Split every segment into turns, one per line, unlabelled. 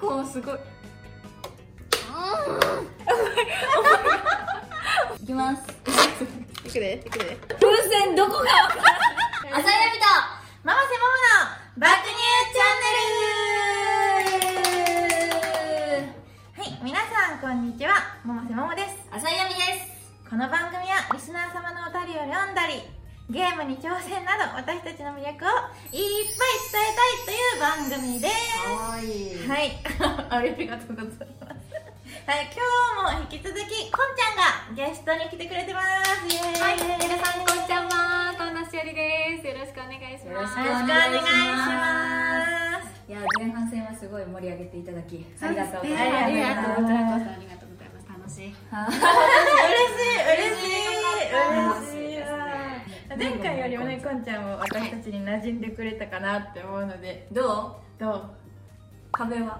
構すごい
いきます
いくでいくで
風船どこが
朝選びとママセママの爆乳チャンネルはい、皆さんこんにちは。ママセママです。
浅井亜美です
この番組はリスナー様のお便りを読んだり、ゲームに挑戦など私たちの魅力をいっぱい伝えたいという番組です。
わいい
はい、 ありがとうございます。はい、今日も引き続き、こんちゃんがゲストに来てくれてます。イエーイ
はい皆さんこんちゃんは神田しおりですよろしくお願いし
よろ
ま
し
す
くお
よろしくお願いします。
いや前半戦はすごい盛り上げていただきありがとうございます
ありがとうございますすありがとうございます楽しい
嬉しい嬉しい嬉しいわ前回よりもねこんちゃんも私たちに馴染んでくれたかなって思うので
どう
どう
壁は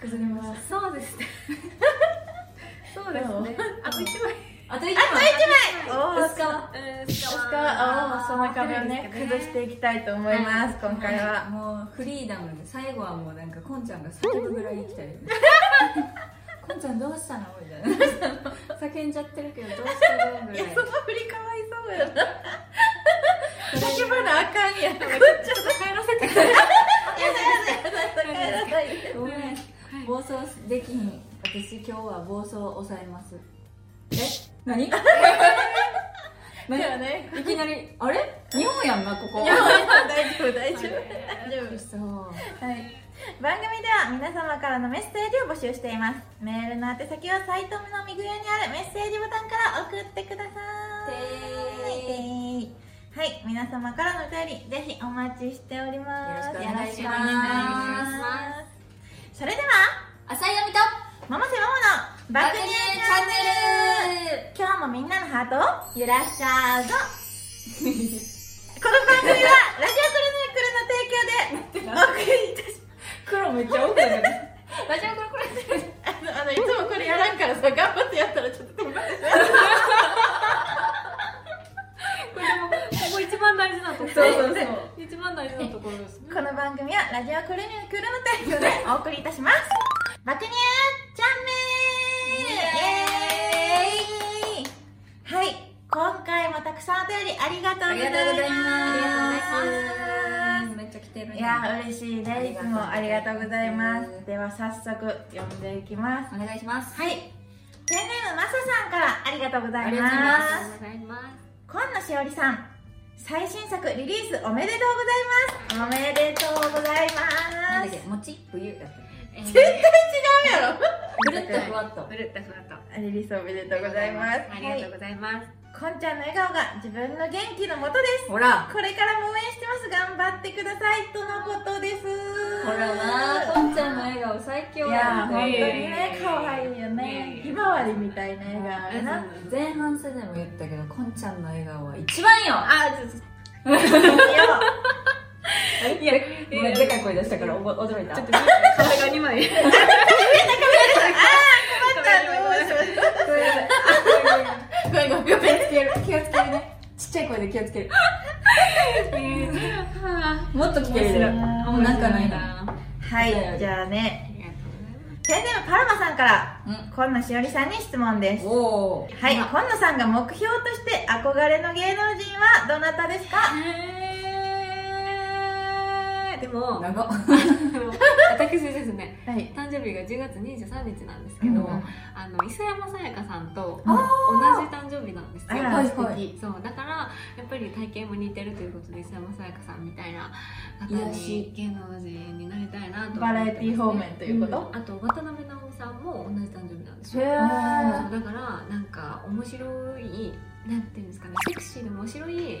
崩れました
そうです ねそうですねあと一枚
あと1枚
あと1枚お
お
お
疲れ
スカはその壁をね崩していきたいと思います今回は
もうフリーダムで最後はもうなんかこんちゃんが叫ぶぐらい に来たよねこんちゃんどうしたのみたいな叫んじゃってるけどどうしたのぐ
い
ら
や
い
その振りかわいそうやな叫ばなあかんやろ
ちょっと帰らせて
ごめん暴走できひん私今日は暴走を抑えますえ何 何
だよね
いきなりあれ日本やんなここ
大丈夫大丈夫大丈夫
そう
はい、番組では皆様からのメッセージを募集していますメールの宛先はサイトの右上にあるメッセージボタンから送ってください
て
はい皆様からのお便りぜひお待ちしております
よろしくお願いします
すそれでは
浅井亜美と
ママセママの爆乳チャンネル今日もみんなのハートを
ゆらっしゃーぞ
この番組はラジオクルネクルの提供でお送りいたします
黒めっちゃ多くなる
ラジオこれこれ
あのあのいつもこれやらんからさ頑張ってやったらちょっと止まって
これでもここ一番大事なところ
そうそうそう
一番大事なところですね
この番組はラジオクルニュクルの提供でお送りいたします。爆乳チャンネルイエーイはい、今回もたくさんお便りありがとう
あ
ご
り
ざ
が
います。
とうござい
ありがとうござい
ま
ます
めっちゃ来てる
す
ね
いやー嬉しいです。いつもありがとうございます。では早速読んでいきます。
お願いします
はい、ペンネームマサさんからありがとうござ
あ
い
りがとうござい
ます。
お願いします
今野しおりさん最新作リリースおめでとうございますおめでとうござい
な
ま
ん
す
だっけ餅冬やっ
え
絶対
ー
違うや
たぐるっとふわっと
ふるっとふわっと
ろ リリースおめでとうございます
ありがとうございます
はい、こんちゃんの笑顔が自分の元気のもとです
ほら
これからも応援してます頑張ってくださいとのことです
ほらなこんちゃんの笑顔最強
いやー本当に
ね
ね可愛いよ
い
ね
や
ひまわりみたいな笑顔や な
前半戦でも言ったけどこんちゃんの笑顔は一番よ
あちょっと
いやでかい声出したからおぼ驚いた
ちょっと見て顔が二枚
ごめんごめんごめんごめん気をつける気をつけるねちっちゃい声で気をつける
は
もっと聞ける
面白い
あ
なんかないな
はいじゃあ
あ
ね
りがとうございます
ペンネームパラマさんから
うん
今野しおりさんに質問です
おお
はい、今野さんが目標として憧れの芸能人はどなたですか
えーでも
長っ
でも私ですね
はい。
誕生日が10月23日なんですけど、
うん
あの磯山さやかさんと同
あ
じ誕生日なんですよ
あ
は
ら、
い
素敵。
そうだからやっぱり体型も似てるということで磯山さやかさんみたいな方
癒し
に芸能人になりたいなと思ってますね
バラエティ方面ということ
んあと渡辺直美さんも同じ誕生日なんです
へ
よそう
え
だからなんか面白いなんていうんですかねセクシーで面白い
エ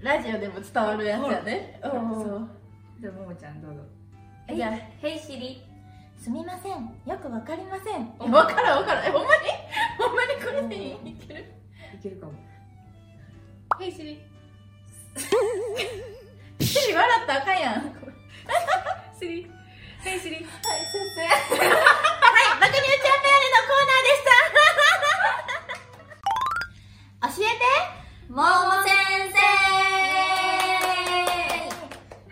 ラジオでも伝わるやつやね。おー
じゃあももちゃんどうぞ
えじゃあ
ヘイシリ
すみません。よくわかりません。
うん
わからんわからん。え、ほんまにほんまにこれでいいいける
いけるかも
ヘイシリ
シリ笑ったらあかんやん。はい、先
シリヘイシ
生。
リ
はい、爆乳チャンネルのコーナーでした。教えて
もも先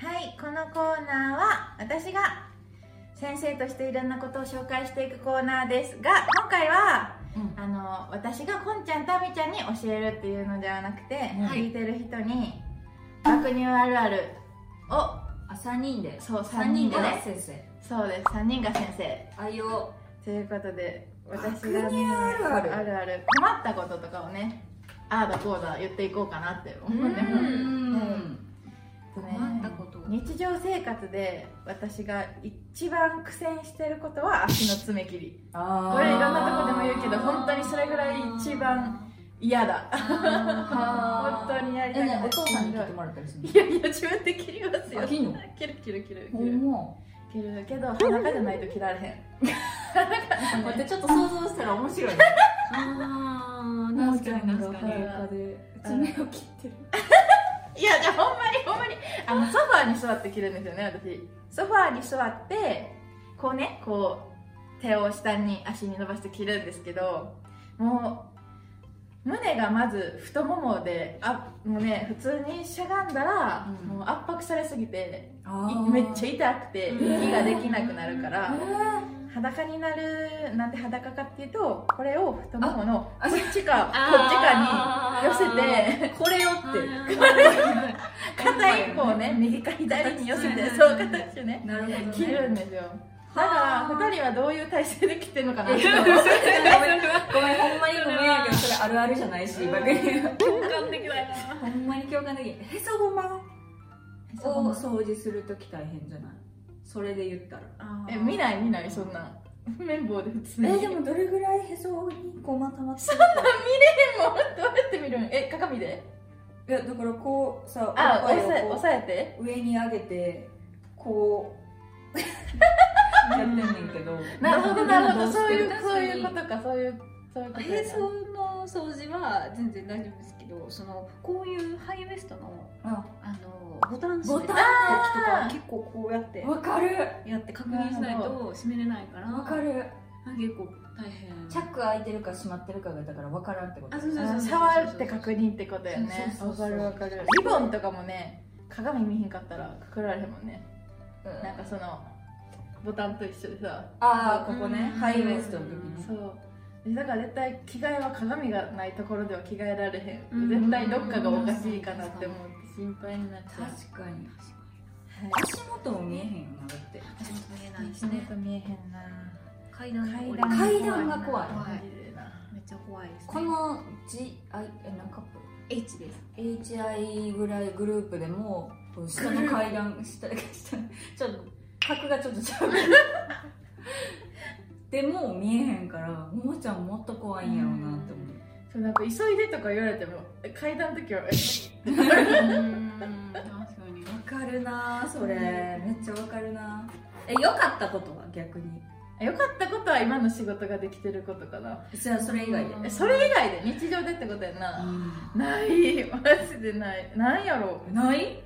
はい、このコーナーは私が先生としていろんなことを紹介していくコーナーですが今回は
うん
あの私がこんちゃんとあみちゃんに教えるっていうのではなくて、
うん
聞いてる人に「爆乳あるあるを」
あ三人で
そう3
三
人
人
で
が
ね
先生
そうです3人が先生
あいを
ということで私
爆乳
が、
あるある
あるある困ったこととかをねああだこうだ言っていこうかなって思ってます
う
うん
困ったこと
日常生活で私が一番苦戦してることは足の爪切り
あ
これいろんなとこでも言うけど本当にそれぐらい一番嫌だ
あー
本当にやりたくない
えねお父さんに切ってもらったりする
いやいや自分で切りますよ
あ切んの
切る切る切る
の
切る
ほ
切るけど裸じゃないと切られへん
んま待ってちょっと想像したら面白いね
あー確かに確かに
裸
で
爪
を切ってる
いやじゃあほんまにほんまにあのソファーに座って切るんですよね私ソファーに座ってこうねこう手を下に足に伸ばして切るんですけどもう胸がまず太ももであもうね普通にしゃがんだら、
うん
もう圧迫されすぎていめ
め
っ
っ
ち
ち
ゃ
ゃいい
痛くて
うん
息ができなくなるか
あ
ら裸になるなんで裸かっていうとこれを太もものこ
あ
っちかこっちか
あ
に寄せ
ー
て
これをって
はい
片一方をね右か左に寄せて
形
そう形ね
なるほどね
切るんですよだから2人はどういう体勢で切ってんのかなっ
い
て
や
思
ご
う
めんごめんほんまにごめんやけどそれあるあるじゃないしバカに
共感できないな
ほんまに共感できないへそごまを
お
掃除するとき大変じゃないそれで言ったら
え見ない見ないそんな綿棒で普通にえでもどう
どれぐらいへそにごま溜まってる
やって見るんえ鏡で
いやだからこうさ
あ
おっぱい
押
を
さえ
こう
押さえて
上に上げてこうやってんねんけど
なるほどなるほどそういう
確かに
そういうことかそういうそういうこと
並
や
走の掃除は全然大丈夫ですけどそのこういうハイウエストの
あ
あのボタン閉めた時
ボ
と
あ
か
ー
結構こうやって
わかる
やって確認しないと閉めれないから
わかる
結構大変
チャック開いてるか閉まってるかがだからわからんってこと
あそうそう
な
そう
触って確認ってことやね
そう
わ
そ
か
うそうそう
るわかるリボンとかもね鏡見ひんかったらくくられへんもんね
うん
なんかそのボタンと一緒でさ
ああここね
うん
ハイウエストの時
うん
に
そうでだから絶対着替えは鏡がないところでは着替えられへん、
うん
絶対どっかがおかしいかなって思って心配になっちゃう、
確かに
はい
足元も見えへんよなだって
ちょっと見えないし
足元
ね
見えへんな
階段の降り
階段が怖い
怖い
マジでな
めっちゃ怖いですね
この GI えなんか
H です
HI ぐらいグループでもこう下の階段 下下ちょっと格がち ょっとちゃうでも見えへんからももちゃんもっと怖いんやろうなって思う
そうなんか急いでとか言われてもえ階段の時はえ
うん確かに
わかるなそれめっちゃわかるなえ良かったことは逆に
えよかったことは今の仕事ができてることかな
それはそれ以外で
うん
えそれ以外で日常でってことやな、ないマジでないなんやろ
ない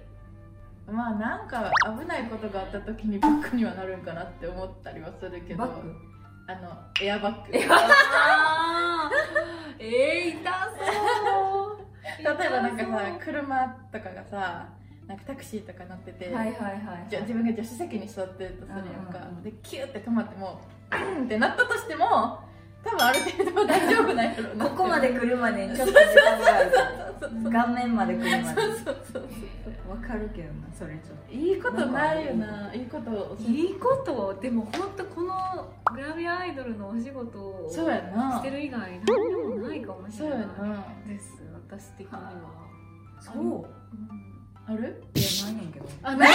まあなんか危ないことがあった時にバックにはなるんかなって思ったりはするけど
バッグ
あのエアバッグ 例え
あーえー、痛そう
ばなんか
痛そう
さ車とかがさなんかタクシーとか乗ってて、
はいはいはい
じゃ自分が助手席に座ってるとするやんか、
うんうんうん
でキューって止まってもバンってなったとしても多分ある程度は大丈夫なんやろうなっ
こ
て
こまで来るまでにちょっと時間がある顔面まで来るまで
そうそう
わかるけどなそれちょっと
いいことないよないいことを
いいことでも本当このグラビアアイドルのお仕事を
そうやな
してる以外何にもないかもし
そう
れ
や
ない
な
です私的には
そう
ある
いやないねんけど
あない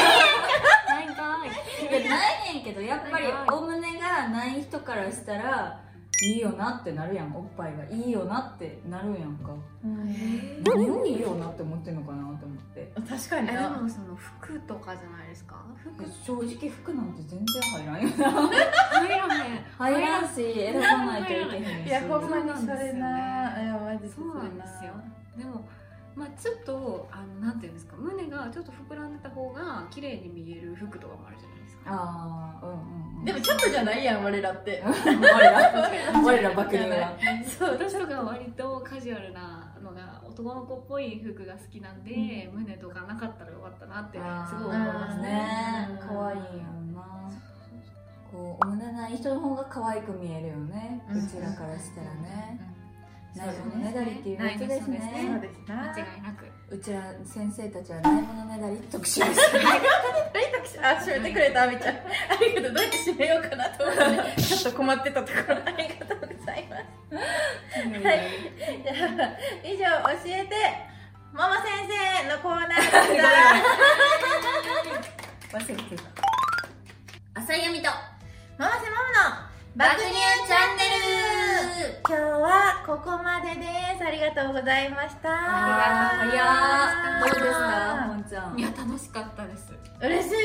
ないんかい
いやないねんけどやっぱりお胸がない人からしたらいいよなってなるやんおっぱいがいいよなってなるやんか何をいいよなって思ってんのかなと思って
確かに
えで
な
もその服とかじゃないですか服
正直服なんて全然入らんよな
入らへん
入らんし選ばないといけへんし
いやほんまにそ
そうなんで
れ
すよね
ないやマジで
そうなんですよでもまあちょっとあのなんていうんですか胸がちょっと膨らんでた方が綺麗に見える服とかもあるじゃないですか
ああうんうんうん
でもちょっとじゃないやん我らって
我 ら我ら爆乳は
そう
私とかは割とカジュアルなのが男の子っぽい服が好きなんで、胸とかなかったらよかったなってすごい思いますね
ね
うん
可愛いやんなこうお胸ない人の方が可愛く見えるよねうちらからしたらね
うん
ないものねだりっていうやつ
ない
で
も
す
のねだり
ね
そうですな
間違いなく
うちら先生たちはないものねだり特集です
あ、閉めてくれた、あみちゃん。ありがとう。どうやって閉めようかなと思 って、ちょっと困ってたところ、ありがとうございます。じゃあ、以上、教えて、ママ先生のコーナーで した。
忘れてた
浅井由美と、ママせママの、爆乳チャンネル今日はここまでです。ありがとうございました。
ありがとうございます。どうですか、ほんちゃん。
いや楽しかったです
嬉しい。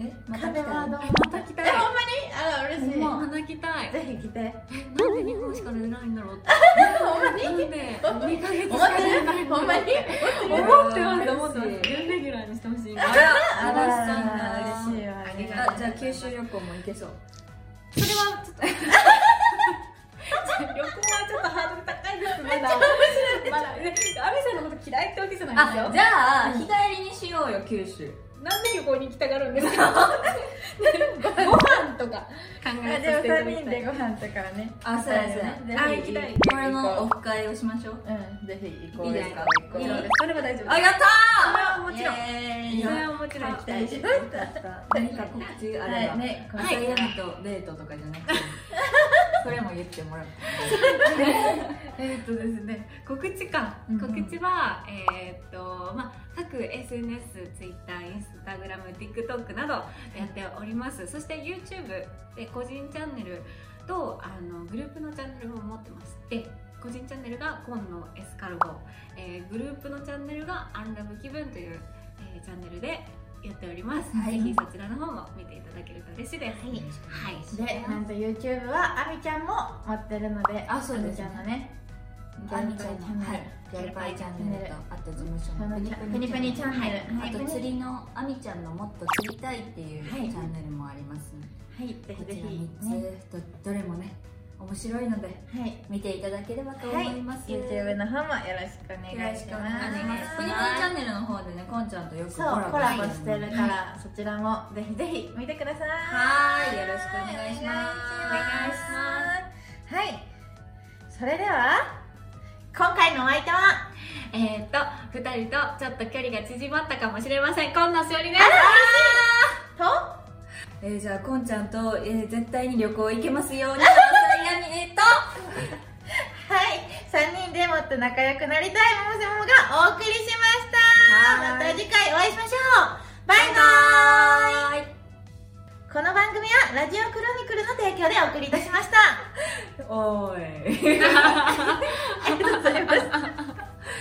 え、また
カ
来た
メラ
よ
の、また来た
え
え、
ほ
ほ
ん
んまにあら、嬉しい。
まあ泣きたい
ぜひ来て。
えなんで日本しか出ないんだろうって
ほんま
なんで2ヶ月し
思
か
っ
出
て
ない
るほんまに
思ってます思ってます準レギュラーにしてほしいな
あ
それ
ら、
あら
あら、
嬉しいわ
ありが
ね
とう
あ、じゃあ九州旅行も行けそう。
はちょっと
旅行はちょっとハードル高いです ね。
まだねアミさんのこと嫌いってわけじゃないんですよ
あ、じゃあ日帰りにしようよ九州。
なんで旅行に行きたがるんですかご飯とか考
あ
え
でも
させていただ
3
き
人
た
で
い
ご飯とかはね
あ、そうやそうや。
ぜ
あ行
ひ
きたい
これのオフ会をしましょう。
うんぜひ行こ
いうい
行
ですか
こう
いい
行こ
それは大丈夫
あ、やった
それはも
ー。
ちろん
イエ
それ
ーイ
はもちろん
う期待して
何か告知あれ
は
ば
い。ねこの
はい、ヤミとデートとかじゃなくて、 それも言ってもらう。
えーっとですね告知か
うん
告知は、えーっとまあ各 SNS ツイッターインスタグラム TikTok などやっております、そして YouTube で個人チャンネルとあのグループのチャンネルも持ってまして個人チャンネルが「今のエスカルゴ」えーグループのチャンネルが「アンラブ気分」という、えーチャンネルでやっております、
は
ぜ
い
ひそちらの方も見ていただけると嬉しいですはい、
でなんと YouTube はあみちゃんも持ってるので
あそうですね
あみちゃんのね
ギャルパイチャンネ
は
ル、はいい、ギャルパイチャンネルと、あと事務所
こ
の
の
プニ
プニプ
プ
ニ
ニ
チ
チ
ャ
ャ
ン
ン
ネ
ネ
ル
ル、
はい
あと釣りのあみちゃんのもっと釣りたいっていうチ
はい
ャンネルもありますので、
はいぜひ
こ
ぜ
ちら
ひ
三つ、
ね
どどれもね面白いので
はい
見ていただければと思
はい
います。
YouTube の方もよろしくお
よ
願
ろ
い
し
し
くお願い
ます
します。プニプニチャンネルの方でね、こんちゃんとよく
そ
コ
う
ラ
コ
ボ
ラボしてる
る
から、そちらもぜひぜひ見てください
はいよろしくお願い
お願い
します
しますはいそれでは今回のお相手は
えー、っと2人とちょっと距離が縮まったかもしれません今野しおりです
と
えー、じゃあこんちゃんと、えー、絶対に旅行行けますように。浅井亜美と。
はい3人でもっと仲良くなりたいももせももがお送りしましたま
はーい
た次回お会いしましょうバイバーイこの番組は ラジオクロニクルの提供でお送りいたしました
おーい。